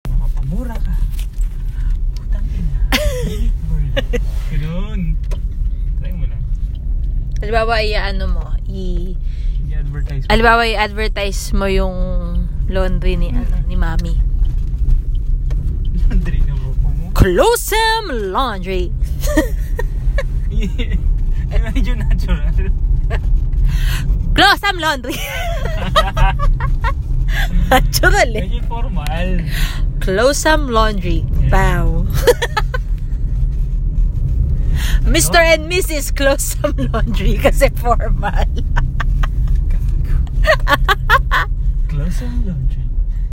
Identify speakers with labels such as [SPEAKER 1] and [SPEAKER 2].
[SPEAKER 1] Alibawa, i-ano mo, i...
[SPEAKER 2] I-advertise mo.
[SPEAKER 1] Alibawa, i-advertise mo yung laundry ni, ano, ni Mami.
[SPEAKER 2] Laundry na mo mo.
[SPEAKER 1] Closem Laundry.
[SPEAKER 2] Ay, medyo natural.
[SPEAKER 1] Closem Laundry. Natural eh.
[SPEAKER 2] Medyo formal.
[SPEAKER 1] Closem Laundry. Wow. Mr. and Mrs. Closem Laundry kasi formal.
[SPEAKER 2] Close ang laundry.